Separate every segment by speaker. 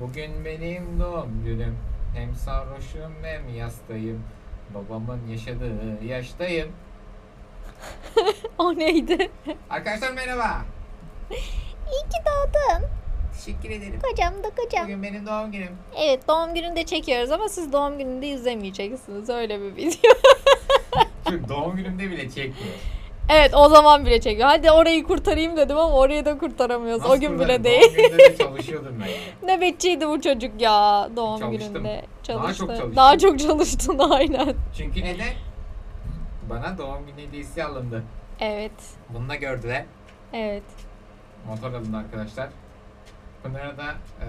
Speaker 1: Bugün benim doğum günüm. Hem sarhoşum hem yastayım. Babamın yaşadığı yaştayım.
Speaker 2: O neydi?
Speaker 1: Arkadaşlar merhaba.
Speaker 2: İyi ki doğdun.
Speaker 1: Teşekkür ederim.
Speaker 2: Kocam da kocam.
Speaker 1: Bugün benim doğum günüm.
Speaker 2: Evet doğum gününü de çekiyoruz ama siz doğum gününde izlemeyeceksiniz. Öyle bir video.
Speaker 1: Çünkü doğum günümde bile çekmiyor.
Speaker 2: evet o zaman bile çekiyor. Hadi orayı kurtarayım dedim ama orayı da kurtaramıyoruz. o gün bile
Speaker 1: kullanırım?
Speaker 2: değil.
Speaker 1: Doğum gününde de çalışıyordum ben.
Speaker 2: Nöbetçiydi bu çocuk ya doğum
Speaker 1: Çalıştım.
Speaker 2: gününde.
Speaker 1: Daha çok çalıştım.
Speaker 2: Daha çok çalıştın aynen.
Speaker 1: Çünkü neden? Bana doğum günü hediyesi alındı.
Speaker 2: Evet.
Speaker 1: Bunu da gördüler.
Speaker 2: Evet.
Speaker 1: Motor alındı arkadaşlar. Pınar'a da e,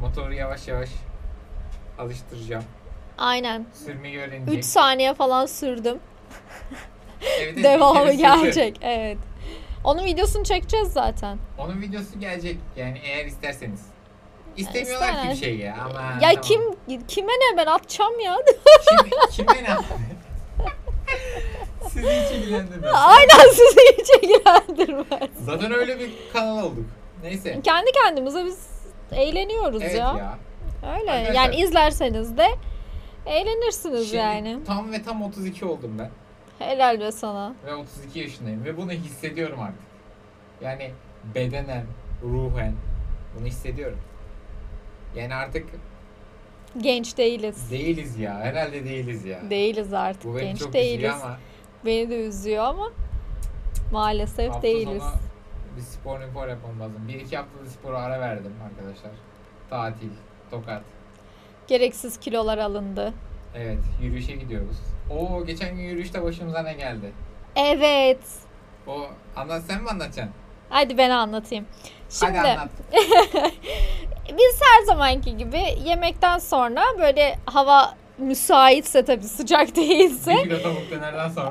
Speaker 1: motoru yavaş yavaş alıştıracağım.
Speaker 2: Aynen.
Speaker 1: Sürmeyi
Speaker 2: 3
Speaker 1: öğrenecek.
Speaker 2: saniye falan sürdüm.
Speaker 1: Evet, evet, bir
Speaker 2: Devamı
Speaker 1: kere sürdü.
Speaker 2: gelecek. Evet. Onun videosunu çekeceğiz zaten.
Speaker 1: Onun videosu gelecek yani eğer isterseniz. İstemiyorlar ki bir
Speaker 2: İster.
Speaker 1: şey ya ama.
Speaker 2: ya
Speaker 1: tamam.
Speaker 2: kim kime ne ben atacağım ya.
Speaker 1: Kim, kime ne? Sizi hiç ilgilendirmez.
Speaker 2: Aynen sizi hiç ilgilendirmez.
Speaker 1: Zaten öyle bir kanal olduk. Neyse.
Speaker 2: Kendi kendimize biz eğleniyoruz
Speaker 1: Evet
Speaker 2: ya.
Speaker 1: ya.
Speaker 2: Öyle.
Speaker 1: Arkadaşlar-
Speaker 2: Yani izlerseniz de eğlenirsiniz
Speaker 1: Şimdi
Speaker 2: yani.
Speaker 1: Tam ve tam 32 oldum ben.
Speaker 2: Helal be sana.
Speaker 1: Ve 32 yaşındayım ve bunu hissediyorum artık. Yani bedenen, ruhen bunu hissediyorum. Yani artık
Speaker 2: Genç değiliz.
Speaker 1: değiliz ya. Herhalde değiliz ya.
Speaker 2: Değiliz artık.
Speaker 1: Bu beni
Speaker 2: Genç
Speaker 1: çok üzüyor
Speaker 2: değiliz.
Speaker 1: ama
Speaker 2: Beni de üzüyor ama maalesef
Speaker 1: hafta
Speaker 2: değiliz.
Speaker 1: sonu bir spor spor yapmam lazım. Bir iki haftada spora ara verdim arkadaşlar. Tatil, tokat.
Speaker 2: Gereksiz kilolar alındı.
Speaker 1: Evet, yürüyüşe gidiyoruz. Oo, geçen gün yürüyüşte başımıza ne geldi?
Speaker 2: Evet.
Speaker 1: O anlat sen mi anlatacaksın?
Speaker 2: Hadi ben anlatayım. Şimdi
Speaker 1: Hadi anlat.
Speaker 2: biz her zamanki gibi yemekten sonra böyle hava müsaitse tabii sıcak değilse
Speaker 1: Bir kilo tavuk dönerden sonra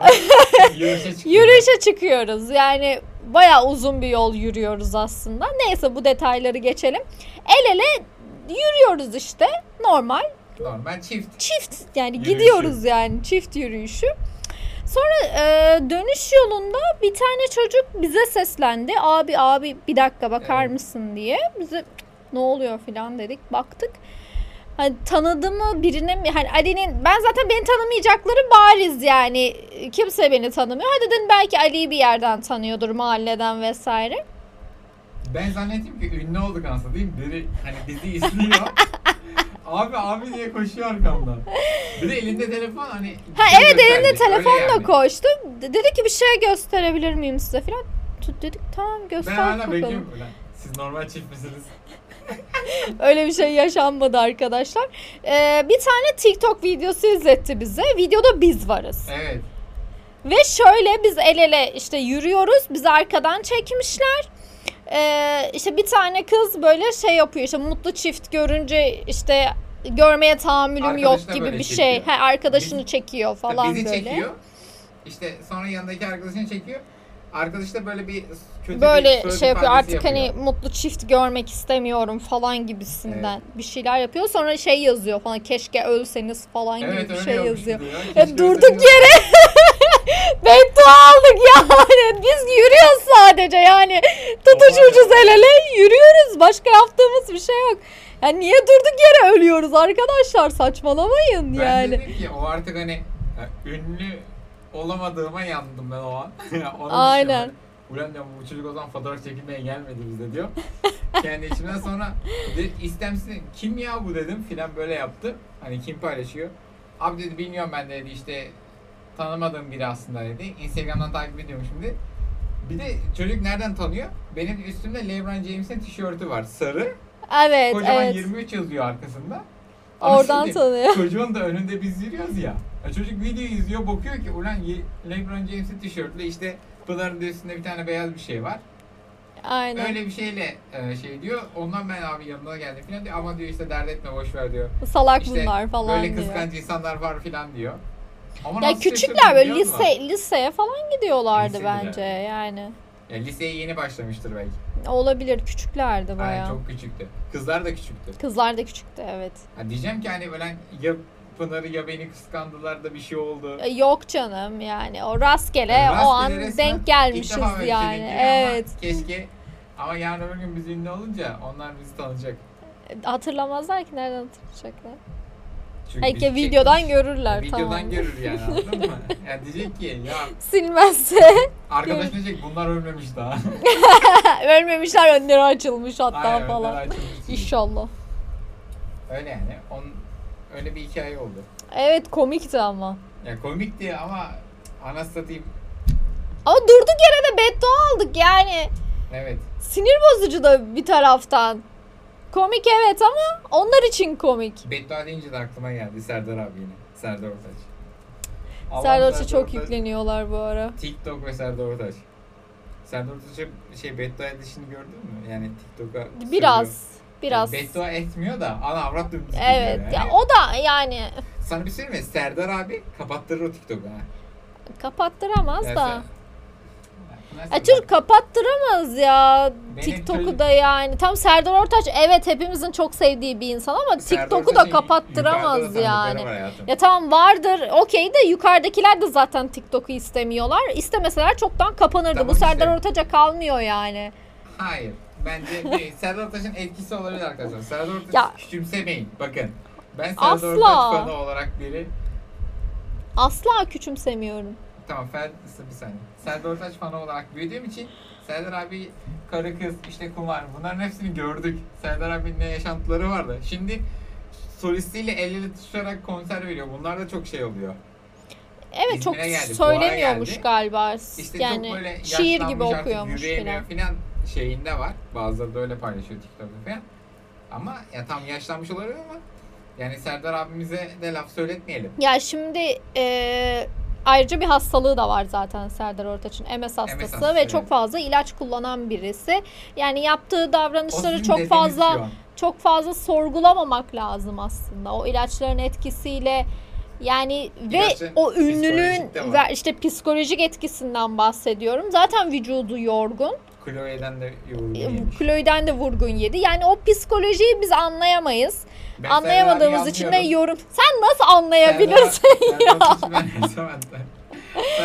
Speaker 1: yürüyüşe çıktık.
Speaker 2: Yürüyüşe çıkıyoruz. Yani bayağı uzun bir yol yürüyoruz aslında. Neyse bu detayları geçelim. El ele yürüyoruz işte. Normal
Speaker 1: Normal çift.
Speaker 2: çift yani
Speaker 1: Yürüyüşü.
Speaker 2: gidiyoruz yani çift yürüyüşü. Sonra e, dönüş yolunda bir tane çocuk bize seslendi. Abi abi bir dakika bakar
Speaker 1: Evet.
Speaker 2: mısın diye. Bize ne oluyor filan dedik. Baktık. Hani tanıdı mı birine mi? Hani Ali'nin ben zaten beni tanımayacakları bariz yani. Kimse beni tanımıyor. Hadi dedim belki Ali'yi bir yerden tanıyordur mahalleden vesaire.
Speaker 1: Ben zannettim ki ünlü olduk aslında değil mi? Biri hani bizi izliyor. abi abi diye koşuyor arkamdan. Bir de elinde telefon hani.
Speaker 2: Ha
Speaker 1: şey
Speaker 2: evet
Speaker 1: gösterdi.
Speaker 2: elinde
Speaker 1: Öyle
Speaker 2: telefonla
Speaker 1: yani.
Speaker 2: koştu. De- Dedi ki bir şey gösterebilir miyim size filan. Tut- Dedik tamam
Speaker 1: Ben
Speaker 2: göster
Speaker 1: hala
Speaker 2: bakalım.
Speaker 1: bekliyorum. Ulan, Siz normal çift misiniz?
Speaker 2: Öyle bir şey yaşanmadı arkadaşlar. Ee, bir tane TikTok videosu izletti bize. Videoda biz varız.
Speaker 1: Evet.
Speaker 2: Ve şöyle biz el ele işte yürüyoruz. Bizi arkadan çekmişler. Ee, işte bir tane kız böyle şey yapıyor işte mutlu çift görünce işte görmeye tahammülüm yok
Speaker 1: Arkadaşına
Speaker 2: gibi
Speaker 1: böyle
Speaker 2: bir şey.
Speaker 1: çekiyor.
Speaker 2: Ha, arkadaşını
Speaker 1: Bizi-
Speaker 2: çekiyor falan
Speaker 1: bizi
Speaker 2: böyle.
Speaker 1: çekiyor. İşte sonra yanındaki arkadaşını çekiyor. Arkadaş da böyle bir kötü bir
Speaker 2: böyle
Speaker 1: söz
Speaker 2: şey yapıyor
Speaker 1: ifadesi
Speaker 2: artık hani mutlu çift görmek istemiyorum falan gibisinden bir şeyler yapıyor. Sonra şey yazıyor falan keşke ölseniz falan
Speaker 1: Evet
Speaker 2: gibi bir
Speaker 1: öyle
Speaker 2: şey
Speaker 1: yapmış
Speaker 2: yazıyor.
Speaker 1: gibi ya.
Speaker 2: Ya
Speaker 1: Keşke
Speaker 2: durduk
Speaker 1: ölseydim.
Speaker 2: yere beddua aldık yani. Biz yürüyoruz sadece yani. Tutuşucuz el ele yürüyoruz. Başka yaptığımız bir şey yok. Yani niye durduk yere ölüyoruz arkadaşlar saçmalamayın
Speaker 1: Ben
Speaker 2: yani.
Speaker 1: dedim ki o artık hani ya, ünlü olamadığıma yandım ben o an. Onu
Speaker 2: Aynen.
Speaker 1: düşünüyorum. Ulan diyorum bu çocuk o zaman fotoğraf çekilmeye gelmedi bize diyor. Kendi içimden sonra de, istemsin kim ya bu dedim filan böyle yaptı. Hani kim paylaşıyor. Abi dedi bilmiyorum ben dedi işte tanımadığım biri aslında dedi. Instagram'dan takip ediyorum şimdi. Bir de çocuk nereden tanıyor? Benim üstümde LeBron James'in tişörtü var. Sarı.
Speaker 2: Evet
Speaker 1: Kocaman
Speaker 2: evet.
Speaker 1: 23 yazıyor arkasında. Ama
Speaker 2: Oradan
Speaker 1: şimdi-
Speaker 2: tanıyor.
Speaker 1: Çocuğun da önünde biz yürüyoruz ya. Ya çocuk video izliyor bakıyor ki ulan Ye- LeBron James'in tişörtlü işte Pınar'ın da üstünde bir tane beyaz bir şey var.
Speaker 2: Aynen.
Speaker 1: Öyle bir şeyle e, şey diyor. Ondan ben abi yanına geldim falan diyor. Ama diyor işte dert etme boş ver diyor.
Speaker 2: Salak
Speaker 1: İşte
Speaker 2: bunlar falan
Speaker 1: böyle
Speaker 2: diyor.
Speaker 1: kıskanç insanlar var falan diyor. Ama
Speaker 2: Ya
Speaker 1: nasıl
Speaker 2: küçükler
Speaker 1: şaşırdım
Speaker 2: böyle
Speaker 1: biliyor musun?
Speaker 2: lise liseye falan gidiyorlardı
Speaker 1: Lisede
Speaker 2: bence yani.
Speaker 1: Ya liseye yeni başlamıştır belki.
Speaker 2: Olabilir küçüklerdi
Speaker 1: Yani
Speaker 2: bayağı.
Speaker 1: çok küçüktü. Kızlar da küçüktü.
Speaker 2: Kızlar da küçüktü evet.
Speaker 1: Ha, diyeceğim ki hani böyle ya Pınar'ı ya beni kıskandılar da bir şey oldu.
Speaker 2: E, Yok canım yani o rastgele
Speaker 1: Yani
Speaker 2: o an
Speaker 1: rastgele resmen
Speaker 2: denk
Speaker 1: İlk
Speaker 2: gelmişiz
Speaker 1: defa böyle bir şey
Speaker 2: yani.
Speaker 1: denk geliyor ama
Speaker 2: Evet.
Speaker 1: Keşke ama yarın öbür gün biz ünlü olunca onlar bizi tanıyacak.
Speaker 2: Hatırlamazlar ki nereden hatırlayacaklar?
Speaker 1: Çünkü bizi
Speaker 2: Belki videodan
Speaker 1: çekmiş.
Speaker 2: görürler
Speaker 1: Videodan
Speaker 2: tamam.
Speaker 1: görür yani anladın mı? Yani diyecek ki ya
Speaker 2: Silmezse.
Speaker 1: arkadaş diyecek bunlar ölmemiş daha.
Speaker 2: Ölmemişler önleri açılmış hatta
Speaker 1: Aynen, önden
Speaker 2: falan.
Speaker 1: açılmış.
Speaker 2: İnşallah.
Speaker 1: Öyle yani. On, öyle bir hikaye oldu.
Speaker 2: Evet komikti ama.
Speaker 1: Ya komikti ama anas satayım.
Speaker 2: Ama durduk yere de beddua aldık yani.
Speaker 1: Evet.
Speaker 2: Sinir bozucu da bir taraftan. Komik evet ama onlar için komik.
Speaker 1: Beddua deyince de aklıma geldi Serdar abi yine. Serdar Ortaç. Allah'ım
Speaker 2: Serdar'a çok
Speaker 1: Ortaç.
Speaker 2: yükleniyorlar bu ara.
Speaker 1: TikTok ve Serdar Ortaç. Serdar Ortaç'ın şey beddua edişini gördün mü? Yani TikTok'a sürüyor.
Speaker 2: Biraz. Biraz.
Speaker 1: Yani beddua etmiyor da ana avrat dümdüz gidiyor
Speaker 2: Evet.
Speaker 1: yani.
Speaker 2: Ya o da yani
Speaker 1: Sana bir şey söyleyeyim mi? Serdar abi kapattırır o TikTok'u ha.
Speaker 2: kapattıramaz
Speaker 1: Yani
Speaker 2: da.
Speaker 1: sen- Neyse,
Speaker 2: Ya çocuk E, kapattıramaz ya
Speaker 1: Benim
Speaker 2: TikTok'u
Speaker 1: çocuk-
Speaker 2: da yani. Tam Serdar Ortaç evet hepimizin çok sevdiği bir insan ama
Speaker 1: Serdar
Speaker 2: TikTok'u da
Speaker 1: Ortaç'ın
Speaker 2: kapattıramaz
Speaker 1: yukarıda da
Speaker 2: yani.
Speaker 1: tanıdıkları var hayatım.
Speaker 2: Ya tamam vardır okey de yukarıdakiler de zaten TikTok'u istemiyorlar. İstemeseler çoktan kapanırdı.
Speaker 1: Tamam
Speaker 2: Bu Serdar
Speaker 1: işte.
Speaker 2: Ortaç'a kalmıyor yani.
Speaker 1: Hayır. Bence değil. Serdar Ortaç'ın etkisi olabilir arkadaşlar. Serdar Ortaç'ı
Speaker 2: Ya-
Speaker 1: küçümsemeyin. Bakın. Ben Serdar
Speaker 2: Asla.
Speaker 1: Ortaç fanı olarak biri.
Speaker 2: Asla küçümsemiyorum.
Speaker 1: Tamam Fer, bir saniye. Serdar Ortaç fanı olarak büyüdüğüm için Serdar abi karı kız işte kumar bunların hepsini gördük. Serdar abinin ne yaşantıları vardı. Şimdi solistiyle el ele tutuşarak konser veriyor. Bunlar da çok şey oluyor.
Speaker 2: Evet
Speaker 1: İzmir'e
Speaker 2: çok
Speaker 1: geldi,
Speaker 2: söylemiyormuş
Speaker 1: Fuar'a geldi.
Speaker 2: galiba.
Speaker 1: İşte çok böyle
Speaker 2: yani şiir gibi
Speaker 1: yaşlanmış, artık
Speaker 2: okuyormuş
Speaker 1: yürüyemiyor
Speaker 2: filan.
Speaker 1: filan şeyinde var. Bazıları da öyle paylaşıyor TikTok'ta filan. Ama ya tam yaşlanmış olabilir ama yani Serdar abimize de laf söyletmeyelim.
Speaker 2: Ya şimdi e, ayrıca bir hastalığı da var zaten Serdar Ortaç'ın MS hastası
Speaker 1: hastası,
Speaker 2: ve
Speaker 1: evet.
Speaker 2: çok fazla ilaç kullanan birisi. Yani yaptığı
Speaker 1: O
Speaker 2: davranışları
Speaker 1: sizin
Speaker 2: çok
Speaker 1: dedeniz
Speaker 2: fazla
Speaker 1: şu an.
Speaker 2: çok fazla sorgulamamak lazım aslında. O ilaçların etkisiyle yani ve
Speaker 1: İlaçların
Speaker 2: o ünlülüğün
Speaker 1: psikolojik de var.
Speaker 2: ve işte psikolojik etkisinden bahsediyorum. Zaten vücudu yorgun.
Speaker 1: Chloe'den de
Speaker 2: E,
Speaker 1: yoruluyormuş.
Speaker 2: Chloe'den de vurgun yedi. Yani o psikolojiyi biz anlayamayız.
Speaker 1: Ben Serdar
Speaker 2: Anlayamadığımız
Speaker 1: abiyi
Speaker 2: için de
Speaker 1: anlıyorum.
Speaker 2: yorum. Sen nasıl anlayabilirsin?
Speaker 1: Serdar Ortaç'ı ben anlayamadım.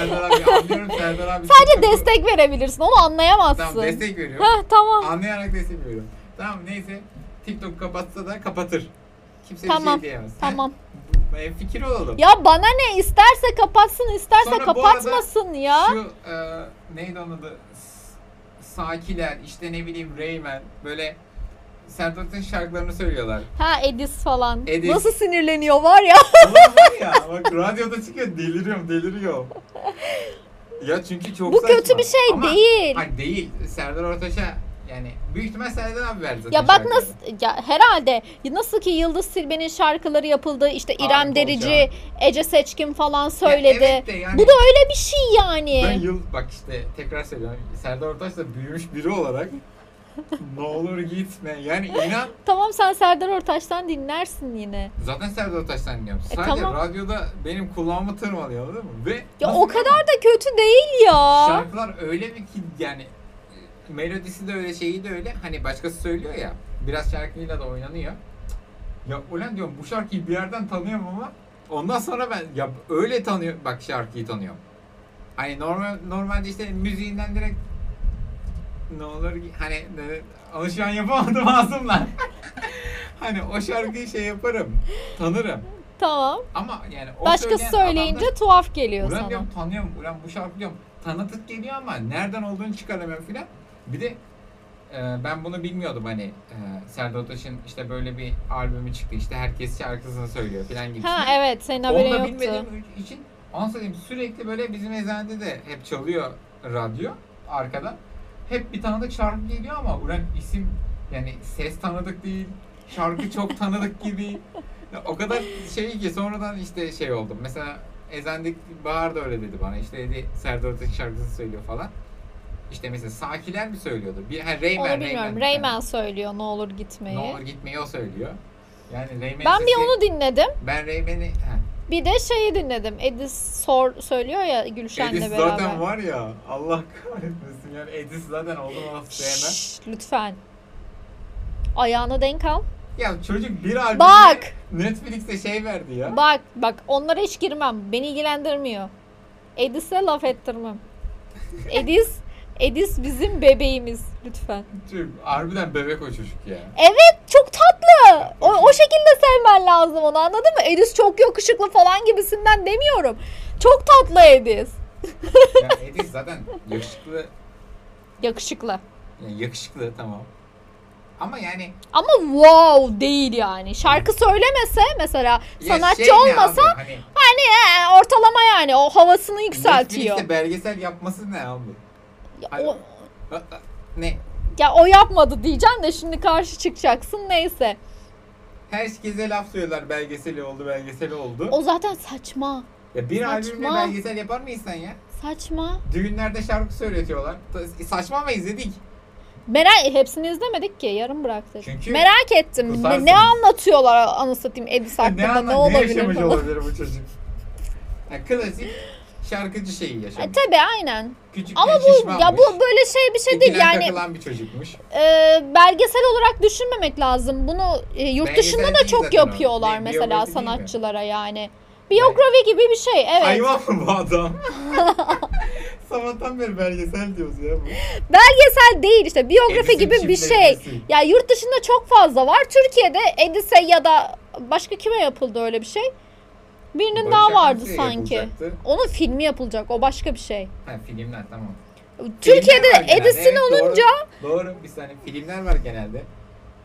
Speaker 1: Serdar abi anlıyorum Serdar abi.
Speaker 2: Sadece
Speaker 1: çok-
Speaker 2: destek verebilirsin. Onu anlayamazsın.
Speaker 1: Tamam destek veriyorum.
Speaker 2: Heh, tamam.
Speaker 1: Anlayarak destek veriyorum. Tamam neyse TikTok kapatsa da kapatır. Kimse bir
Speaker 2: Tamam,
Speaker 1: şey diyemez.
Speaker 2: Tamam.
Speaker 1: E, fikir olalım.
Speaker 2: Ya bana ne isterse kapatsın, isterse
Speaker 1: Sonra bu
Speaker 2: kapatmasın ya.
Speaker 1: Şu e, neydi onun adı? S- Sakiler, işte ne bileyim Rayman böyle Serdar Ortaç'ın şarkılarını söylüyorlar.
Speaker 2: Ha Edis falan.
Speaker 1: Edis.
Speaker 2: Nasıl sinirleniyor var ya.
Speaker 1: Ulan var ya bak radyoda çıkıyor deliriyorum deliriyorum. Ya çünkü çok
Speaker 2: Bu
Speaker 1: saçma.
Speaker 2: kötü bir şey
Speaker 1: Ama-
Speaker 2: değil.
Speaker 1: Hayır değil. Serdar Ortaç'a yani büyük ihtimal Serdar abi verdi zaten
Speaker 2: Ya bak
Speaker 1: şarkıları.
Speaker 2: nasıl ya herhalde nasıl ki Yıldız Silbe'nin şarkıları yapıldı işte
Speaker 1: Harika
Speaker 2: İrem Derici,
Speaker 1: olacak.
Speaker 2: Ece Seçkin falan
Speaker 1: Ya
Speaker 2: söyledi.
Speaker 1: evet de yani,
Speaker 2: Bu da öyle bir şey
Speaker 1: Ben
Speaker 2: yani.
Speaker 1: yıl bak işte tekrar söylüyorum. Serdar Ortaç da büyümüş biri olarak ne olur gitme. Yani inan
Speaker 2: Tamam sen Serdar Ortaç'tan dinlersin yine.
Speaker 1: Zaten Serdar Ortaç'tan dinliyorum.
Speaker 2: E,
Speaker 1: Sadece
Speaker 2: tamam.
Speaker 1: radyoda benim kulağımı tırmalıyor anladın mı? Ve
Speaker 2: Ya
Speaker 1: nasıl
Speaker 2: o kadar da kötü değil ya.
Speaker 1: Şarkılar öyle mi ki yani e, melodisi de öyle şeyi de öyle hani başkası söylüyor ya biraz şarkıyla da oynanıyor. Ya ulan diyorum bu şarkıyı bir yerden tanıyorum ama ondan sonra ben ya öyle tanıyor bak şarkıyı tanıyorum. Hani normal normalde işte müziğinden direkt ne olur ki- hani ne- onu şu an yapamadım ağzımla. hani o şarkıyı şey yaparım tanırım
Speaker 2: Tamam.
Speaker 1: ama yani o
Speaker 2: Başkası
Speaker 1: söyleyen adam da-
Speaker 2: söyleyince tuhaf geliyor
Speaker 1: Ulan
Speaker 2: sana.
Speaker 1: diyorum tanıyorum, ulan bu şarkı diyorum. Tanıdık geliyor ama nereden olduğunu çıkaramıyorum filan. Bir de e, ben bunu bilmiyordum hani e, Serdar Ortaç'ın işte böyle bir albümü çıktı işte herkes şarkısını söylüyor filan gibi.
Speaker 2: Ha evet senin haberin
Speaker 1: Onu da
Speaker 2: yoktu.
Speaker 1: bilmediğim için onu söyleyeyim sürekli böyle bizim ezende de hep çalıyor radyo arkadan. Hep bir tanıdık şarkı geliyor ama ulan isim yani ses tanıdık değil. Şarkı çok tanıdık gibi. Ya o kadar şey ki sonradan işte şey oldum. Mesela Ezendik Bahar da öyle dedi bana. İşte dedi Serdar Ortaç şarkısını söylüyor falan. İşte mesela Sakiler mi söylüyordu? Bir, ha, Rayman,
Speaker 2: Onu bilmiyorum. Rayman söylüyor ne olur gitmeyi.
Speaker 1: Ne olur gitmeyi o söylüyor. Yani Rayman
Speaker 2: ben bir
Speaker 1: sesi-
Speaker 2: onu dinledim.
Speaker 1: Ben Rayman'i... ha,
Speaker 2: Bir de şeyi dinledim. Edis sor söylüyor ya Gülşen'le
Speaker 1: Edis
Speaker 2: beraber.
Speaker 1: zaten var ya Allah kahretmesin yani Edis zaten oldum ona sevmem.
Speaker 2: Şşş, lütfen. Ayağına denk al.
Speaker 1: Ya çocuk bir albümde
Speaker 2: Bak.
Speaker 1: Netflix'e şey verdi ya.
Speaker 2: Bak bak onlara hiç girmem. Beni ilgilendirmiyor. Edis'e laf ettirmem. Edis Edis bizim bebeğimiz lütfen.
Speaker 1: Çocuk harbiden bebek o çocuk ya.
Speaker 2: Çok tatlı mı? O, o şekilde sevmen lazım onu anladın mı? Edis çok yakışıklı falan gibisinden demiyorum. Çok tatlı Edis.
Speaker 1: Ya Edis zaten yakışıklı,
Speaker 2: Yakışıklı.
Speaker 1: yani yakışıklı tamam. Ama yani
Speaker 2: Ama wow değil yani. Şarkı söylemese mesela
Speaker 1: ya
Speaker 2: sanatçı
Speaker 1: şey ne
Speaker 2: olmasa
Speaker 1: abi, hani
Speaker 2: ee, ortalama yani o havasını yükseltiyor.
Speaker 1: Netflix'te belgesel yapması ne abi?
Speaker 2: Ya
Speaker 1: Hani-
Speaker 2: o,
Speaker 1: Ne?
Speaker 2: ya o yapmadı diyeceğim de şimdi karşı çıkacaksın neyse.
Speaker 1: Herkese laf söylüyorlar belgeseli oldu belgeseli oldu.
Speaker 2: O zaten saçma.
Speaker 1: ya bir albümle
Speaker 2: saçma.
Speaker 1: belgesel yapar mı insan ya?
Speaker 2: Saçma.
Speaker 1: Düğünlerde şarkı söyletiyorlar. Ta- Saçma ama izledik.
Speaker 2: Merak hepsini izlemedik ki yarım bıraktık.
Speaker 1: Çünkü
Speaker 2: Merak ettim. Ne,
Speaker 1: kusarsınız.
Speaker 2: ne anlatıyorlar anı satayım Edis
Speaker 1: ne,
Speaker 2: hakkında ne,
Speaker 1: anla- ne
Speaker 2: olabilir
Speaker 1: yaşamış
Speaker 2: falan.
Speaker 1: olabilir bu çocuk? Ya klasik şarkıcı şeyi yaşamış.
Speaker 2: E, tabii aynen.
Speaker 1: Küçük
Speaker 2: Ama bu ya bu böyle şey bir şey değil yani
Speaker 1: takılan bir çocukmuş.
Speaker 2: e, belgesel olarak düşünmemek lazım. Bunu e, yurt
Speaker 1: Belgesel
Speaker 2: dışında da
Speaker 1: değil
Speaker 2: çok
Speaker 1: zaten o.
Speaker 2: yapıyorlar
Speaker 1: Bi-
Speaker 2: mesela
Speaker 1: biyografi değil mi?
Speaker 2: sanatçılara yani. Biyografi gibi bir şey evet.
Speaker 1: Hayvan mı bu adam? Sabahtan beri belgesel diyoruz ya bu.
Speaker 2: Belgesel değil işte biyografi
Speaker 1: Edis'in
Speaker 2: gibi bir şey.
Speaker 1: çiftleşmesi.
Speaker 2: Ya yurt dışında çok fazla var. Türkiye'de Edise ya da başka kime yapıldı öyle bir şey? Birinin
Speaker 1: Barış
Speaker 2: daha
Speaker 1: Akman'ın
Speaker 2: vardı
Speaker 1: şey
Speaker 2: sanki.
Speaker 1: yapılacaktı.
Speaker 2: Onun filmi yapılacak. O başka bir şey.
Speaker 1: Ha filmler tamam.
Speaker 2: Türkiye'de
Speaker 1: Filmler var genelde,
Speaker 2: Edison
Speaker 1: evet, doğru.
Speaker 2: olunca
Speaker 1: Doğru, bir saniye filmler var genelde.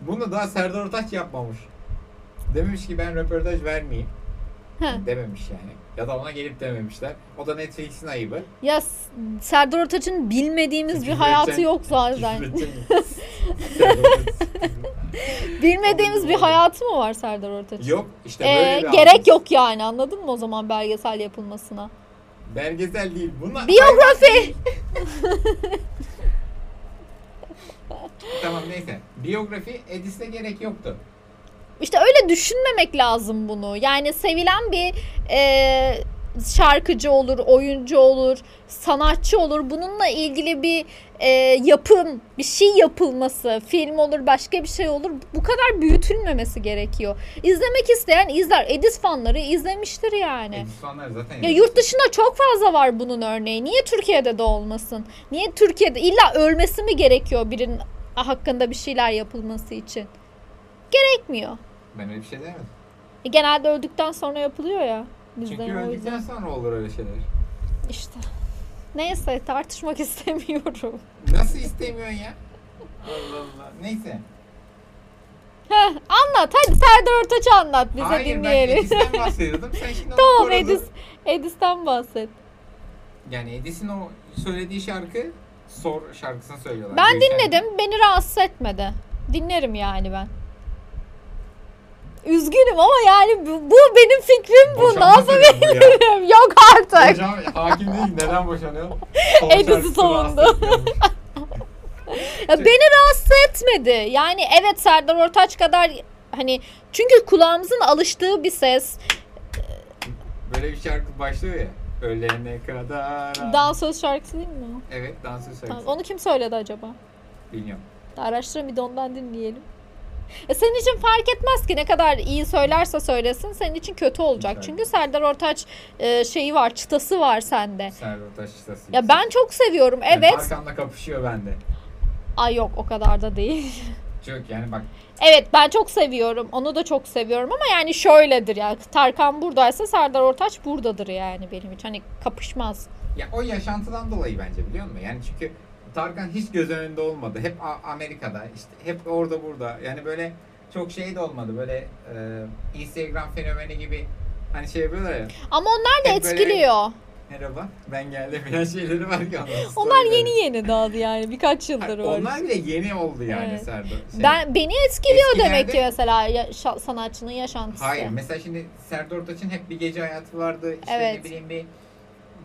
Speaker 1: Bunu daha Serdar Ortaç yapmamış. Dememiş ki ben röportaj vermeyeyim.
Speaker 2: Heh.
Speaker 1: Dememiş yani. Ya da ona gelip dememişler. O da Netflix'in ayıbı.
Speaker 2: ya S- Serdar Ortaç'ın bilmediğimiz bir
Speaker 1: Küfür
Speaker 2: hayatı
Speaker 1: edecek.
Speaker 2: yok zaten.
Speaker 1: Küfür edecek mi? Serdar Ortaç.
Speaker 2: Bilmediğimiz bir
Speaker 1: Doğru.
Speaker 2: hayatı mı var Serdar Ortaç'ın?
Speaker 1: yok işte
Speaker 2: Ee,
Speaker 1: böyle bir
Speaker 2: gerek
Speaker 1: algı.
Speaker 2: yok yani anladın mı o zaman belgesel yapılmasına?
Speaker 1: Belgesel değil. Bunlar
Speaker 2: Biyografi.
Speaker 1: tamam neyse. Biyografi Edis'e gerek yoktu.
Speaker 2: İşte öyle düşünmemek lazım bunu. Yani sevilen bir e, şarkıcı olur, oyuncu olur, sanatçı olur. Bununla ilgili bir e, yapım, bir şey yapılması, film olur, başka bir şey olur. Bu kadar büyütülmemesi gerekiyor. İzlemek isteyen izler. Edis fanları izlemiştir yani.
Speaker 1: Edis fanları zaten
Speaker 2: Ya yurt dışında çok fazla var bunun örneği. Niye Türkiye'de de olmasın? Niye Türkiye'de illa ölmesi mi gerekiyor birinin hakkında bir şeyler yapılması için? Gerekmiyor.
Speaker 1: Ben öyle bir şey demedim.
Speaker 2: E, genelde öldükten sonra yapılıyor ya. Bizde
Speaker 1: Çünkü
Speaker 2: o yüzden.
Speaker 1: öldükten sonra olur öyle şeyler.
Speaker 2: İşte. Neyse tartışmak istemiyorum.
Speaker 1: Nasıl istemiyorsun ya? Allah Allah. Neyse.
Speaker 2: Heh, anlat hadi Serdar Ortaç'ı anlat bize
Speaker 1: Hayır ben
Speaker 2: dinleyelim.
Speaker 1: Edis'ten bahsediyordum. Sen şimdi onu
Speaker 2: tamam
Speaker 1: korudun.
Speaker 2: Edis, Edis'ten bahset.
Speaker 1: Yani Edis'in o söylediği şarkı Sor şarkısını söylüyorlar.
Speaker 2: Ben
Speaker 1: Gülşen.
Speaker 2: dinledim beni rahatsız etmedi. Dinlerim yani ben. Üzgünüm ama yani bu, bu benim fikrim bu. Ne
Speaker 1: Boşanma
Speaker 2: yapayım?
Speaker 1: sebebi bu ya.
Speaker 2: Yok artık.
Speaker 1: Hocam hakim değil neden boşanıyor? Son
Speaker 2: Edis'i
Speaker 1: şarkısını
Speaker 2: savundu.
Speaker 1: rahatsız ediyormuş.
Speaker 2: Ya beni rahatsız etmedi. Yani evet Serdar Ortaç kadar hani çünkü kulağımızın alıştığı bir ses.
Speaker 1: Böyle bir şarkı başlıyor ya. Ölene kadar.
Speaker 2: Dansöz şarkısı değil mi o?
Speaker 1: Evet dansöz şarkısı.
Speaker 2: Tamam, onu kim söyledi acaba?
Speaker 1: Bilmiyorum.
Speaker 2: Araştırın bir de ondan dinleyelim. E senin için fark etmez ki ne kadar iyi söylerse söylesin senin için kötü olacak.
Speaker 1: Güzel.
Speaker 2: Çünkü Serdar Ortaç e, şeyi var, çıtası var sende.
Speaker 1: Serdar Taş çıtası.
Speaker 2: Ya ben çok seviyorum
Speaker 1: Yani
Speaker 2: evet.
Speaker 1: Arkamda kapışıyor bende.
Speaker 2: Ay yok o kadar da değil.
Speaker 1: Çok yani bak
Speaker 2: Evet ben çok seviyorum. Onu da çok seviyorum ama yani şöyledir ya. Tarkan buradaysa Serdar Ortaç buradadır yani benim için. Hani kapışmaz.
Speaker 1: Ya o yaşantıdan dolayı bence biliyor musun? Yani çünkü Tarkan hiç göz önünde olmadı. Hep A- Amerika'da, işte hep orada burada. Yani böyle çok şey de olmadı. Böyle e, Instagram fenomeni gibi hani şey yapıyorlar ya.
Speaker 2: Ama onlar da
Speaker 1: Hep böyle-
Speaker 2: etkiliyor.
Speaker 1: Merhaba, ben geldim falan şeyleri var ki onların
Speaker 2: Onlar
Speaker 1: storyleri.
Speaker 2: yeni yeni daha yani birkaç
Speaker 1: Hayır,
Speaker 2: yıldır var.
Speaker 1: Onlar bile yeni oldu yani
Speaker 2: Evet.
Speaker 1: Serdar. Şey,
Speaker 2: Ben beni etkiliyor
Speaker 1: Eskilerde-
Speaker 2: demek ki mesela ya- şa- sanatçının yaşantısı.
Speaker 1: Hayır, mesela şimdi Serdar Ortaç'ın hep bir gece hayatı vardı. İşte
Speaker 2: Evet.
Speaker 1: ne bileyim bir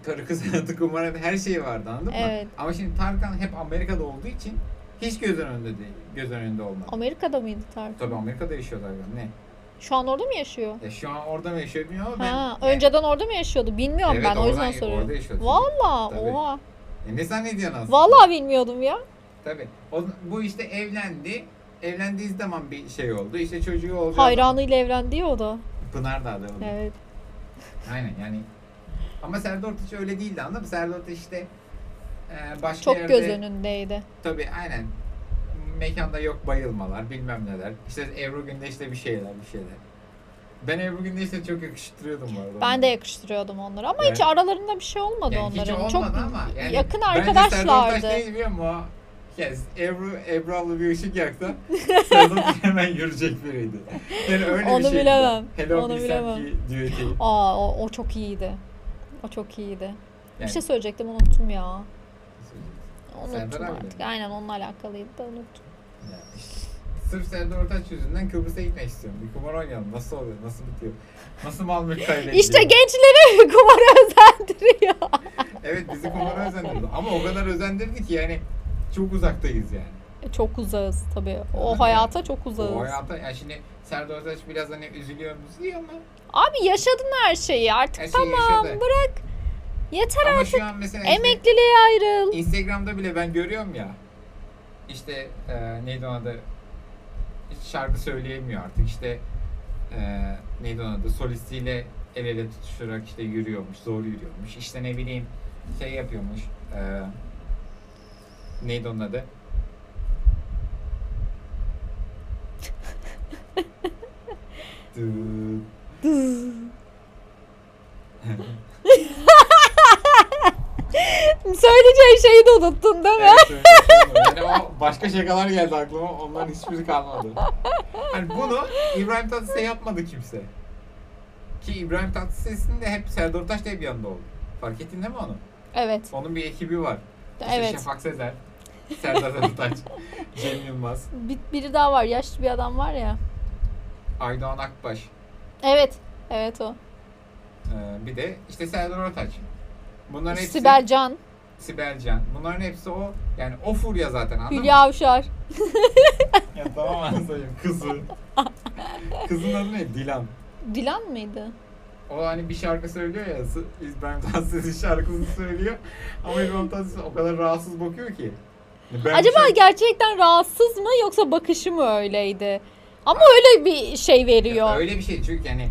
Speaker 1: karı kız hayatı, kumar hayatı, her şey vardı anladın
Speaker 2: Evet.
Speaker 1: mı? Ama şimdi Tarkan hep Amerika'da olduğu için hiç göz önünde değil, göz önünde olmadı.
Speaker 2: Amerika'da mıydı Tarkan?
Speaker 1: Tabii Amerika'da yaşıyorlar ben ne?
Speaker 2: Şu an orada mı yaşıyor?
Speaker 1: E şu an orada mı yaşıyor bilmiyorum ama ben...
Speaker 2: Ha,
Speaker 1: yani-
Speaker 2: önceden orada mı yaşıyordu? Bilmiyorum
Speaker 1: Evet,
Speaker 2: ben o yüzden
Speaker 1: oradan- Orada
Speaker 2: soruyorum.
Speaker 1: yaşıyordu.
Speaker 2: Valla
Speaker 1: Tabii.
Speaker 2: oha.
Speaker 1: E ne zannediyorsun aslında?
Speaker 2: Valla bilmiyordum ya.
Speaker 1: Tabii. O, bu işte evlendi. Evlendiği zaman bir şey oldu. İşte çocuğu oldu.
Speaker 2: Hayranıyla evlendi ya o da.
Speaker 1: Pınar da adı oldu.
Speaker 2: Evet.
Speaker 1: Aynen yani. Ama Serdar Ortaç öyle değildi anladın mı? Serdar Ortaç işte e, başka
Speaker 2: Çok
Speaker 1: yerde...
Speaker 2: göz önündeydi.
Speaker 1: Tabii aynen. mekanda yok bayılmalar bilmem neler. İşte Ebru Gündeş'te bir şeyler bir şeyler. Ben Ebru Gündeş'te çok yakıştırıyordum bu arada.
Speaker 2: Ben de yakıştırıyordum onları ama hiç
Speaker 1: Yani-
Speaker 2: aralarında bir şey olmadı
Speaker 1: Yani
Speaker 2: onların.
Speaker 1: Hiç
Speaker 2: Çok
Speaker 1: olmadı ama. Yani
Speaker 2: yakın
Speaker 1: Bence Serdar Ortaç
Speaker 2: arkadaşlardı.
Speaker 1: değil biliyor musun? O, yani Ebru, Ebru abla bir ışık yaksa Serdar Ortaç hemen yürüyecek biriydi. Yani öyle
Speaker 2: Onu
Speaker 1: bir şey. şeydi.
Speaker 2: bilemem.
Speaker 1: Hello
Speaker 2: Onu
Speaker 1: Onu
Speaker 2: bilemem.
Speaker 1: ki düeti.
Speaker 2: Aa o, o çok iyiydi. O çok iyiydi. Bir
Speaker 1: Yani-
Speaker 2: şey söyleyecektim unuttum ya. Unuttum
Speaker 1: Serdar abi
Speaker 2: artık.
Speaker 1: mi?
Speaker 2: Aynen onunla alakalıydı da unuttum.
Speaker 1: Yani işte Sırf Serdar Ortaç yüzünden Kıbrıs'a gitmek istiyorum. Bir kumar oynayalım. Nasıl oluyor? Nasıl bitiyor? Nasıl mal mülk kaybediyor?
Speaker 2: İşte gençleri kumara özendiriyor.
Speaker 1: Evet bizi kumara özendirdi. Ama o kadar özendirdi ki yani çok uzaktayız yani.
Speaker 2: E, Çok uzağız tabii. O
Speaker 1: Evet.
Speaker 2: hayata çok uzağız.
Speaker 1: O hayata yani şimdi Serdar Ortaç biraz hani üzülüyor üzülüyor ama
Speaker 2: Abi yaşadın her şeyi artık
Speaker 1: her şeyi
Speaker 2: tamam.
Speaker 1: yaşadı.
Speaker 2: Bırak. Yeter
Speaker 1: Ama şu an mesela işte
Speaker 2: Emekliliğe ayrıl.
Speaker 1: Instagram'da bile ben görüyorum ya işte e, neydi onun adı hiç şarkı söyleyemiyor artık işte e, neydi onun adı solistiyle el ele tutuşarak işte yürüyormuş zor yürüyormuş işte ne bileyim şey yapıyormuş e, neydi onun adı Dı-
Speaker 2: Söyleyeceğin şeyi de unuttun değil mi?
Speaker 1: Evet, öyle bir şey var. yani o başka şakalar geldi aklıma. Onların hiçbiri kalmadı. Hani bunu İbrahim Tatlıses'e yapmadı kimse. Ki İbrahim Tatlıses'in de hep Serdar Ortaç da hep yanında oldu. Fark ettin değil mi onu?
Speaker 2: Evet.
Speaker 1: Onun bir şey ekibi var. İşte
Speaker 2: Evet.
Speaker 1: Şafak Sezer, Serdar Ortaç, Cem Yılmaz,
Speaker 2: Bir, biri daha var. Yaşlı bir adam var ya.
Speaker 1: Aydoğan Akbaş,
Speaker 2: Evet. Evet o.
Speaker 1: ee, bir de işte Serdar Ortaç. Bunların hepsi
Speaker 2: Sibel Can,
Speaker 1: Sibel Can. Bunların hepsi o yani o furya zaten anladın mı?
Speaker 2: Hülya Avşar.
Speaker 1: Ya tamam anlatayım. Kızı. Kızın adı ne? Dilan.
Speaker 2: Dilan mıydı?
Speaker 1: O hani bir şarkı söylüyor ya, sı- İbrahim Tatlıses'in şarkısını söylüyor. Ama İbrahim Tatlıses o kadar rahatsız bakıyor ki. Ben
Speaker 2: Acaba
Speaker 1: şey-
Speaker 2: gerçekten rahatsız mı yoksa bakışı mı öyleydi? Ama öyle bir şey veriyor.
Speaker 1: Öyle bir şey çünkü yani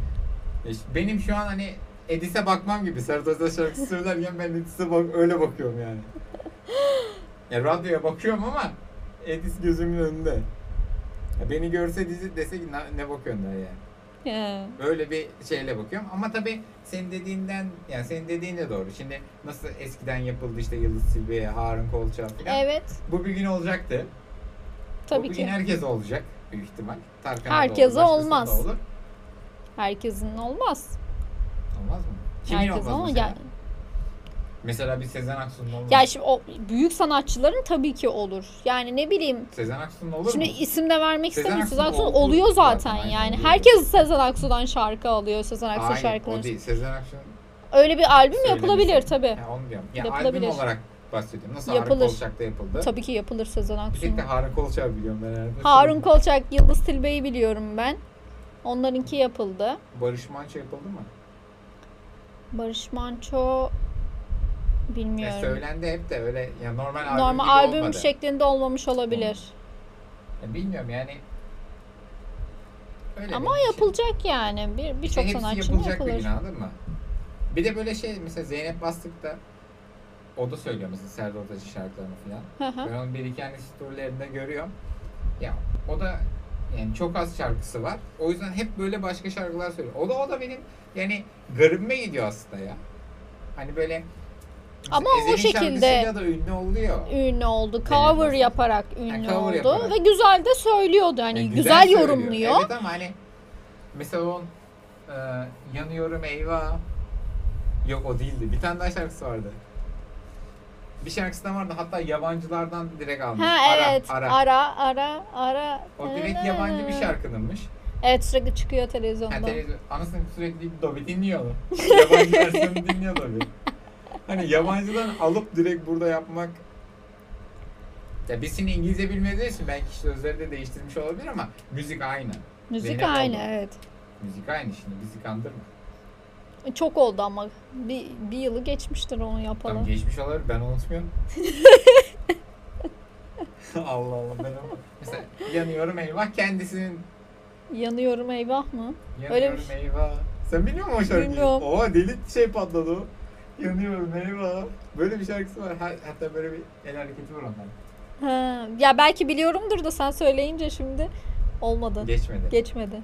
Speaker 1: işte benim şu an hani Edis'e bakmam gibi. Serdar Ortaç şarkısı söylerken ben Edis'e bak öyle bakıyorum yani. ya radyoya bakıyorum ama Edis gözümün önünde. Ya beni görse dizi dese ki "Ne- ne bakıyorsun der yani.
Speaker 2: He.
Speaker 1: Öyle bir şeyle bakıyorum. Ama tabii senin dediğinden, yani senin dediğin de doğru. Şimdi nasıl eskiden yapıldı işte Yıldız Silbe'ye, Harun Kolçak falan.
Speaker 2: Evet.
Speaker 1: Bu bir gün olacaktı.
Speaker 2: Tabii
Speaker 1: Bu bir
Speaker 2: ki.
Speaker 1: gün herkes olacak büyük ihtimal. Tarkan'a da
Speaker 2: Herkese
Speaker 1: olur, başkasına
Speaker 2: olmaz.
Speaker 1: da Olur.
Speaker 2: Herkesin olmaz.
Speaker 1: Olmaz mı? Kimin
Speaker 2: Herkesin
Speaker 1: olmaz
Speaker 2: ama
Speaker 1: mesela?
Speaker 2: ya,
Speaker 1: Mesela bir Sezen Aksu'nun olmaz.
Speaker 2: ya şimdi o büyük sanatçıların tabii ki olur. Yani ne bileyim
Speaker 1: Sezen Aksu'nun olur
Speaker 2: Şimdi
Speaker 1: mu?
Speaker 2: isim de vermek
Speaker 1: Sezen
Speaker 2: istemiyorum.
Speaker 1: Aksu
Speaker 2: Sezen Aksu
Speaker 1: oldu
Speaker 2: oluyor zaten
Speaker 1: zaten, aynen
Speaker 2: yani.
Speaker 1: oluyor.
Speaker 2: Herkes Sezen Aksu'dan şarkı alıyor. Sezen Aksu
Speaker 1: Hayır, o
Speaker 2: şarkıları.
Speaker 1: değil. Sezen Aksu
Speaker 2: Öyle bir albüm yapılabilir
Speaker 1: Söylemesi.
Speaker 2: tabii.
Speaker 1: ya onu diyorum. Ya
Speaker 2: Yapılabilir.
Speaker 1: albüm olarak bahsediyorum. Nasıl
Speaker 2: Yapılır.
Speaker 1: Harun Kolçak'ta yapıldı.
Speaker 2: Tabii ki yapılır Sezen
Speaker 1: Bir tek
Speaker 2: Aksu'nun.
Speaker 1: de Harun Kolçak'ı biliyorum ben herhalde.
Speaker 2: Harun Kolçak, Yıldız Tilbe'yi biliyorum ben. Onlarınki yapıldı.
Speaker 1: Barış Manço yapıldı mı?
Speaker 2: Barış Manço
Speaker 1: Ya
Speaker 2: bilmiyorum.
Speaker 1: E, söylendi hep de öyle ya normal albüm
Speaker 2: Normal
Speaker 1: gibi
Speaker 2: albüm
Speaker 1: olmadı.
Speaker 2: şeklinde olmamış olabilir.
Speaker 1: Ya bilmiyorum yani. Öyle
Speaker 2: Ama
Speaker 1: bir şey.
Speaker 2: yapılacak yani. Bir birçok
Speaker 1: hepsi
Speaker 2: sanatçının
Speaker 1: yapılacak bir
Speaker 2: yapılır.
Speaker 1: gün anladın mı? Bir de böyle şey mesela Zeynep Bastık da o da söylüyor mesela Serdar Ortaç'ın şarkılarını falan.
Speaker 2: Hı hı.
Speaker 1: Ben onun bir iki tane storylerinde görüyorum. Ya o da yani çok az şarkısı var. O yüzden hep böyle başka şarkılar söylüyor. O da o da benim yani garibime gidiyor aslında ya. Hani böyle mesela
Speaker 2: Ama o
Speaker 1: Ezel'in
Speaker 2: şekilde-
Speaker 1: şarkısıyla da ünlü oluyor.
Speaker 2: ünlü oldu.
Speaker 1: Benim
Speaker 2: Cover
Speaker 1: nasıl?
Speaker 2: yaparak ünlü
Speaker 1: cover
Speaker 2: oldu
Speaker 1: yaparak.
Speaker 2: ve güzel de söylüyordu. Yani
Speaker 1: Yani
Speaker 2: E, güzel,
Speaker 1: söylüyor.
Speaker 2: yorumluyor.
Speaker 1: Evet ama hani mesela on e, yanıyorum eyvah. Yok o değildi. Bir tane daha şarkısı vardı. Bir şarkısı da vardı. Hatta yabancılardan direkt almış.
Speaker 2: Ha
Speaker 1: Ara,
Speaker 2: evet.
Speaker 1: ara.
Speaker 2: Ara ara ara.
Speaker 1: O direkt yabancı bir şarkınınmış.
Speaker 2: Evet sürekli çıkıyor televizyonda.
Speaker 1: Yani televizyon, anasını sürekli Dobby dinliyor onu. Yabancı versiyonu dinliyor Dobby. Hani yabancıdan alıp direkt burada yapmak ya biz şimdi İngilizce bilmediğimiz için belki sözleri de değiştirmiş olabilir ama müzik aynı.
Speaker 2: Müzik
Speaker 1: Zeynep
Speaker 2: aynı
Speaker 1: oldu.
Speaker 2: evet.
Speaker 1: Müzik aynı şimdi bizi kandırma.
Speaker 2: E, Çok oldu ama bir, bir yılı geçmiştir onu yapalı.
Speaker 1: Tam geçmiş olabilir ben unutmuyorum. Allah Allah ben ama. Mesela yanıyorum eyvah kendisinin.
Speaker 2: Yanıyorum eyvah mı? Öyle
Speaker 1: Yanıyorum eyvah. Sen biliyor musun o şarkıyı?
Speaker 2: Bilmiyorum.
Speaker 1: Oha deli şey patladı o. Yanıyorum eyvah. Böyle bir şarkısı var. Ha- Hatta böyle bir el hareketi var onların.
Speaker 2: Ha, ya belki biliyorumdur da sen söyleyince şimdi olmadı.
Speaker 1: Geçmedi.
Speaker 2: Geçmedi.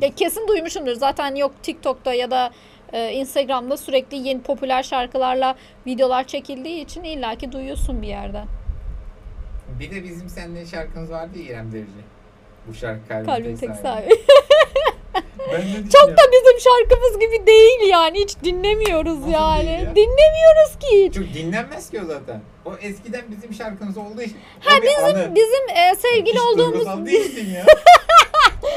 Speaker 2: Ya kesin duymuşumdur. Zaten yok TikTok'ta ya da e, Instagram'da sürekli yeni popüler şarkılarla videolar çekildiği için illaki duyuyorsun bir yerden.
Speaker 1: bir de bizim seninle şarkımız vardı ya İrem Derici. Bu şarkı kalbim,
Speaker 2: Kalbim tek sahibi.
Speaker 1: Çok da
Speaker 2: Bizim şarkımız gibi değil yani. Hiç dinlemiyoruz
Speaker 1: Nasıl
Speaker 2: yani.
Speaker 1: değil ya?
Speaker 2: Dinlemiyoruz ki hiç.
Speaker 1: Çünkü dinlenmez ki o zaten. O eskiden bizim şarkımız olduğu için. Ha bizim,
Speaker 2: Bizim e, sevgili olduğumuz
Speaker 1: duygusal değilsin ya.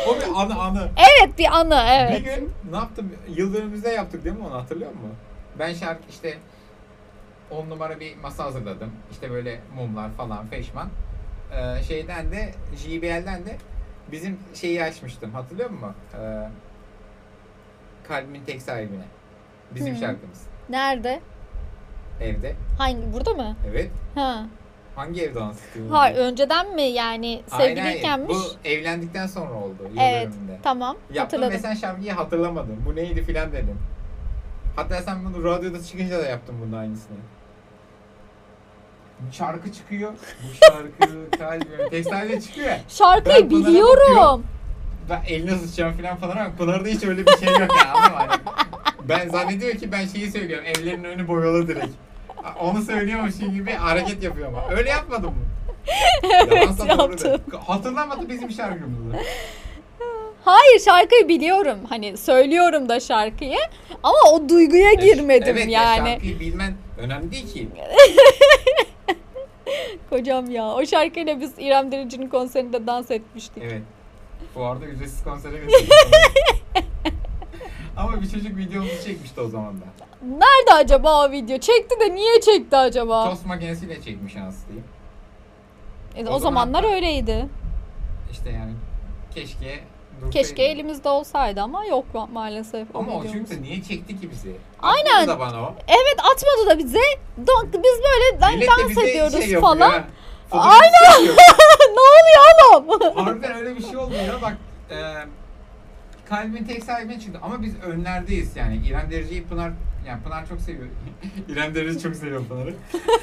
Speaker 1: o bir anı anı.
Speaker 2: evet bir anı evet.
Speaker 1: Bir gün ne yaptım? Yıl dönümümüzde yaptık değil mi onu hatırlıyor musun? Ben şarkı işte 10 numara bir masa hazırladım. İşte böyle mumlar falan feşman. Ee, şeyden de JBL'den de bizim şeyi açmıştım hatırlıyor musun? Ee, kalbimin tek sahibine. Bizim
Speaker 2: Hı.
Speaker 1: şarkımız.
Speaker 2: Nerede?
Speaker 1: Evde.
Speaker 2: Hangi burada mı?
Speaker 1: Evet.
Speaker 2: Ha.
Speaker 1: Hangi evde anlatıyorsun?
Speaker 2: Hayır önceden mi yani sevgiliykenmiş?
Speaker 1: Bu evlendikten sonra oldu. Yıl
Speaker 2: Evet.
Speaker 1: dönümünde.
Speaker 2: Tamam
Speaker 1: Yaptım
Speaker 2: hatırladım.
Speaker 1: ve sen Şamil'i hatırlamadın. Bu neydi filan dedim. Hatta sen bunu radyoda çıkınca da yaptın bunun aynısını. Şarkı çıkıyor. Bu şarkı kalbim. Tekstayla çıkıyor ya.
Speaker 2: Şarkıyı
Speaker 1: Ben Pınar'a
Speaker 2: biliyorum.
Speaker 1: bakıyorum. Ben eline sıçacağım filan falan ama Pınar'da hiç öyle bir şey yok ya. anladın mı? Hani ben zannediyor ki ben şeyi söylüyorum. Ellerinin önü boyalı direkt. Onu söylüyormuş gibi hareket yapıyor ama. Öyle yapmadım mı? Yalansa doğrudur.
Speaker 2: yaptım.
Speaker 1: Hatırlamadı bizim şarkımızı.
Speaker 2: Hayır şarkıyı biliyorum. Hani söylüyorum da şarkıyı. Ama o duyguya girmedim
Speaker 1: evet,
Speaker 2: yani.
Speaker 1: Evet şarkıyı bilmen önemli değil ki.
Speaker 2: Kocam ya. O şarkıyla biz İrem Derici'nin konserinde dans etmiştik.
Speaker 1: Evet. Bu arada ücretsiz konsere götürdük. Ama bir çocuk videomuzu çekmişti o zaman da.
Speaker 2: Nerede acaba o video? Çekti de niye çekti acaba?
Speaker 1: Tost makinesiyle çekmiş anasılıyım.
Speaker 2: E,
Speaker 1: o zaman-
Speaker 2: o zamanlar öyleydi.
Speaker 1: İşte yani keşke dursaydı.
Speaker 2: Keşke elimizde olsaydı ama yok ma- maalesef. o
Speaker 1: Ama o
Speaker 2: videomuz.
Speaker 1: çocuk da niye çekti ki bizi?
Speaker 2: Aynen.
Speaker 1: Atmadı da bana o.
Speaker 2: Evet atmadı da bize. Don- Biz böyle lan
Speaker 1: Millet de
Speaker 2: dans
Speaker 1: bize
Speaker 2: ediyoruz
Speaker 1: şey yapıyor
Speaker 2: falan.
Speaker 1: ha. Fotoğraf çekiyor.
Speaker 2: ne oluyor oğlum?
Speaker 1: Harbiden öyle bir şey olmuyor. ya. Bak e, kalbimin tek sahibine çıktı. Ama biz önlerdeyiz yani. İrem Derici'yi Pınar... Yani Pınar çok seviyor. İrem Derici çok seviyor Pınar'ı.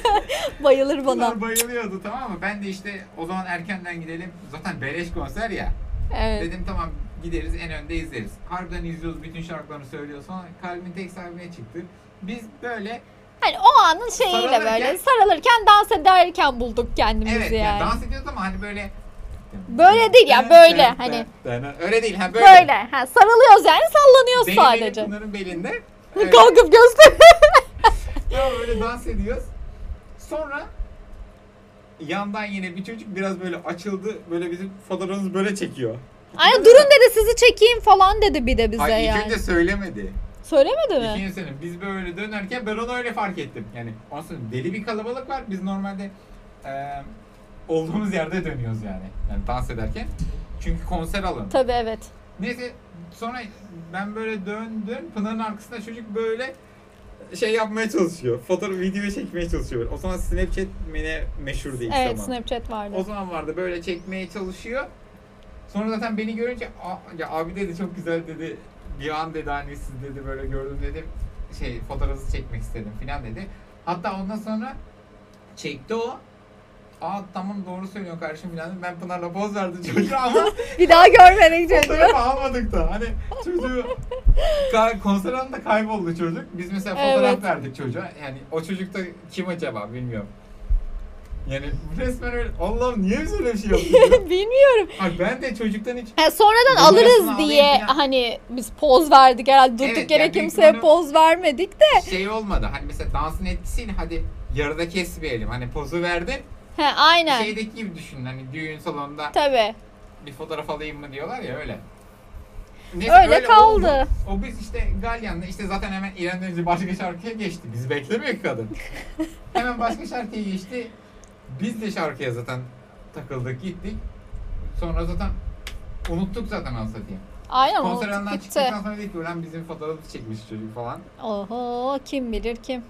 Speaker 2: Bayılır bana.
Speaker 1: Pınar bayılıyordu tamam mı? Ben de işte o zaman erkenden gidelim. Zaten beleş konser ya.
Speaker 2: Evet.
Speaker 1: Dedim tamam gideriz en önde izleriz. Harbiden izliyoruz bütün şarkılarını söylüyor. Sonra kalbin tek sahibine çıktı. Biz böyle
Speaker 2: Hani o anın şeyiyle
Speaker 1: Sarılırken-
Speaker 2: böyle sarılırken dans ederken bulduk kendimizi
Speaker 1: evet yani.
Speaker 2: yani.
Speaker 1: dans ediyoruz ama hani böyle
Speaker 2: Böyle değil ya, böyle hani.
Speaker 1: öyle değil ha böyle.
Speaker 2: Böyle. Ha, sarılıyoruz yani sallanıyoruz
Speaker 1: Benim
Speaker 2: sadece.
Speaker 1: elim Bunların belinde.
Speaker 2: Bir
Speaker 1: Evet,
Speaker 2: Kalkıp göster.
Speaker 1: tamam, böyle dans ediyoruz. Sonra yandan yine bir çocuk biraz böyle açıldı. Böyle bizim fotoğrafımızı böyle çekiyor.
Speaker 2: Ay durun dedi sizi çekeyim falan dedi bir de bize
Speaker 1: Hayır ilk
Speaker 2: yani.
Speaker 1: önce söylemedi.
Speaker 2: Söylemedi mi?
Speaker 1: İkinci sene biz böyle dönerken ben onu öyle fark ettim. Yani aslında deli bir kalabalık var. Biz normalde e, olduğumuz yerde dönüyoruz yani. Yani dans ederken. Çünkü konser alanı.
Speaker 2: Tabii evet.
Speaker 1: Neyse sonra ben böyle döndüm. Pınar'ın arkasında çocuk böyle şey yapmaya çalışıyor. Fotoğraf, video çekmeye çalışıyor. O zaman Snapchat mi ne meşhurdu ilk
Speaker 2: Evet
Speaker 1: zaman.
Speaker 2: Snapchat vardı.
Speaker 1: O zaman vardı böyle çekmeye çalışıyor. Sonra zaten beni görünce "Aa, ya abi dedi çok güzel dedi. Bir an dedi hani siz dedi böyle gördüm dedi. Şey fotoğrafınızı çekmek istedim filan dedi. Hatta ondan sonra çekti o. Aa tamam doğru söylüyorsun kardeşim filan dedi. Ben Pınar'la poz verdim çocuğa ama
Speaker 2: Bir daha görmedik çocuğu.
Speaker 1: fotoğrafı almadık da. Hani çocuğu ka- konser anında kayboldu çocuk. Biz mesela fotoğraf
Speaker 2: Evet.
Speaker 1: verdik çocuğa. Yani o çocuk da kim acaba bilmiyorum. Yani resmen öyle Allah'ım niye biz öyle bir şey yaptık? ya?
Speaker 2: Bilmiyorum.
Speaker 1: Ay ben de çocuktan hiç
Speaker 2: Ha, E, sonradan
Speaker 1: Numarasını
Speaker 2: alırız
Speaker 1: alayım
Speaker 2: diye
Speaker 1: falan.
Speaker 2: hani biz poz verdik herhalde durduk
Speaker 1: Evet,
Speaker 2: yere
Speaker 1: yani büyük
Speaker 2: kimseye
Speaker 1: ihtimalle-
Speaker 2: poz vermedik de.
Speaker 1: şey olmadı. Hani mesela dansın etkisiyle hadi yarıda kesmeyelim. Hani pozu verdi.
Speaker 2: He, aynen.
Speaker 1: Şeydeki gibi düşün. Hani düğün salonunda
Speaker 2: Tabii.
Speaker 1: bir fotoğraf alayım mı diyorlar ya öyle. Neyse,
Speaker 2: Öyle kaldı.
Speaker 1: oldu. O biz işte Galyan'da işte zaten hemen İrem Denizli başka şarkıya geçti. Bizi beklemiyor ki kadın. hemen başka şarkıya geçti. Biz de şarkıya zaten takıldık gittik. Sonra zaten unuttuk zaten anlatayım.
Speaker 2: Aynen
Speaker 1: Konser
Speaker 2: unuttuk
Speaker 1: alanından
Speaker 2: gitti.
Speaker 1: çıktıktan sonra dedik ki ulan bizim fotoğrafımızı çekmiş çocuk falan.
Speaker 2: Oho kim bilir kim.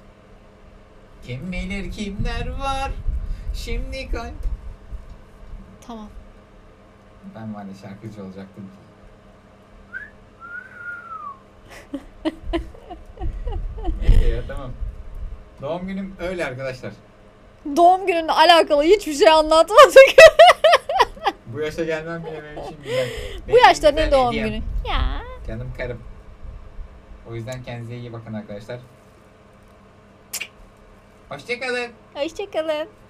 Speaker 1: Kim bilir kimler var şimdi kal...
Speaker 2: Tamam.
Speaker 1: Ben var ya şarkıcı olacaktım ki. Neyse ya tamam. Doğum günüm öyle arkadaşlar.
Speaker 2: doğum gününle alakalı hiçbir şey anlatmadık.
Speaker 1: Bu yaşa gelmem bile benim için güzel.
Speaker 2: Bu
Speaker 1: Benim
Speaker 2: yaşta ne
Speaker 1: güzel
Speaker 2: doğum
Speaker 1: hediyem.
Speaker 2: günü? Ya.
Speaker 1: Canım karım. O yüzden kendinize iyi bakın arkadaşlar. Hoşçakalın.
Speaker 2: Hoşçakalın.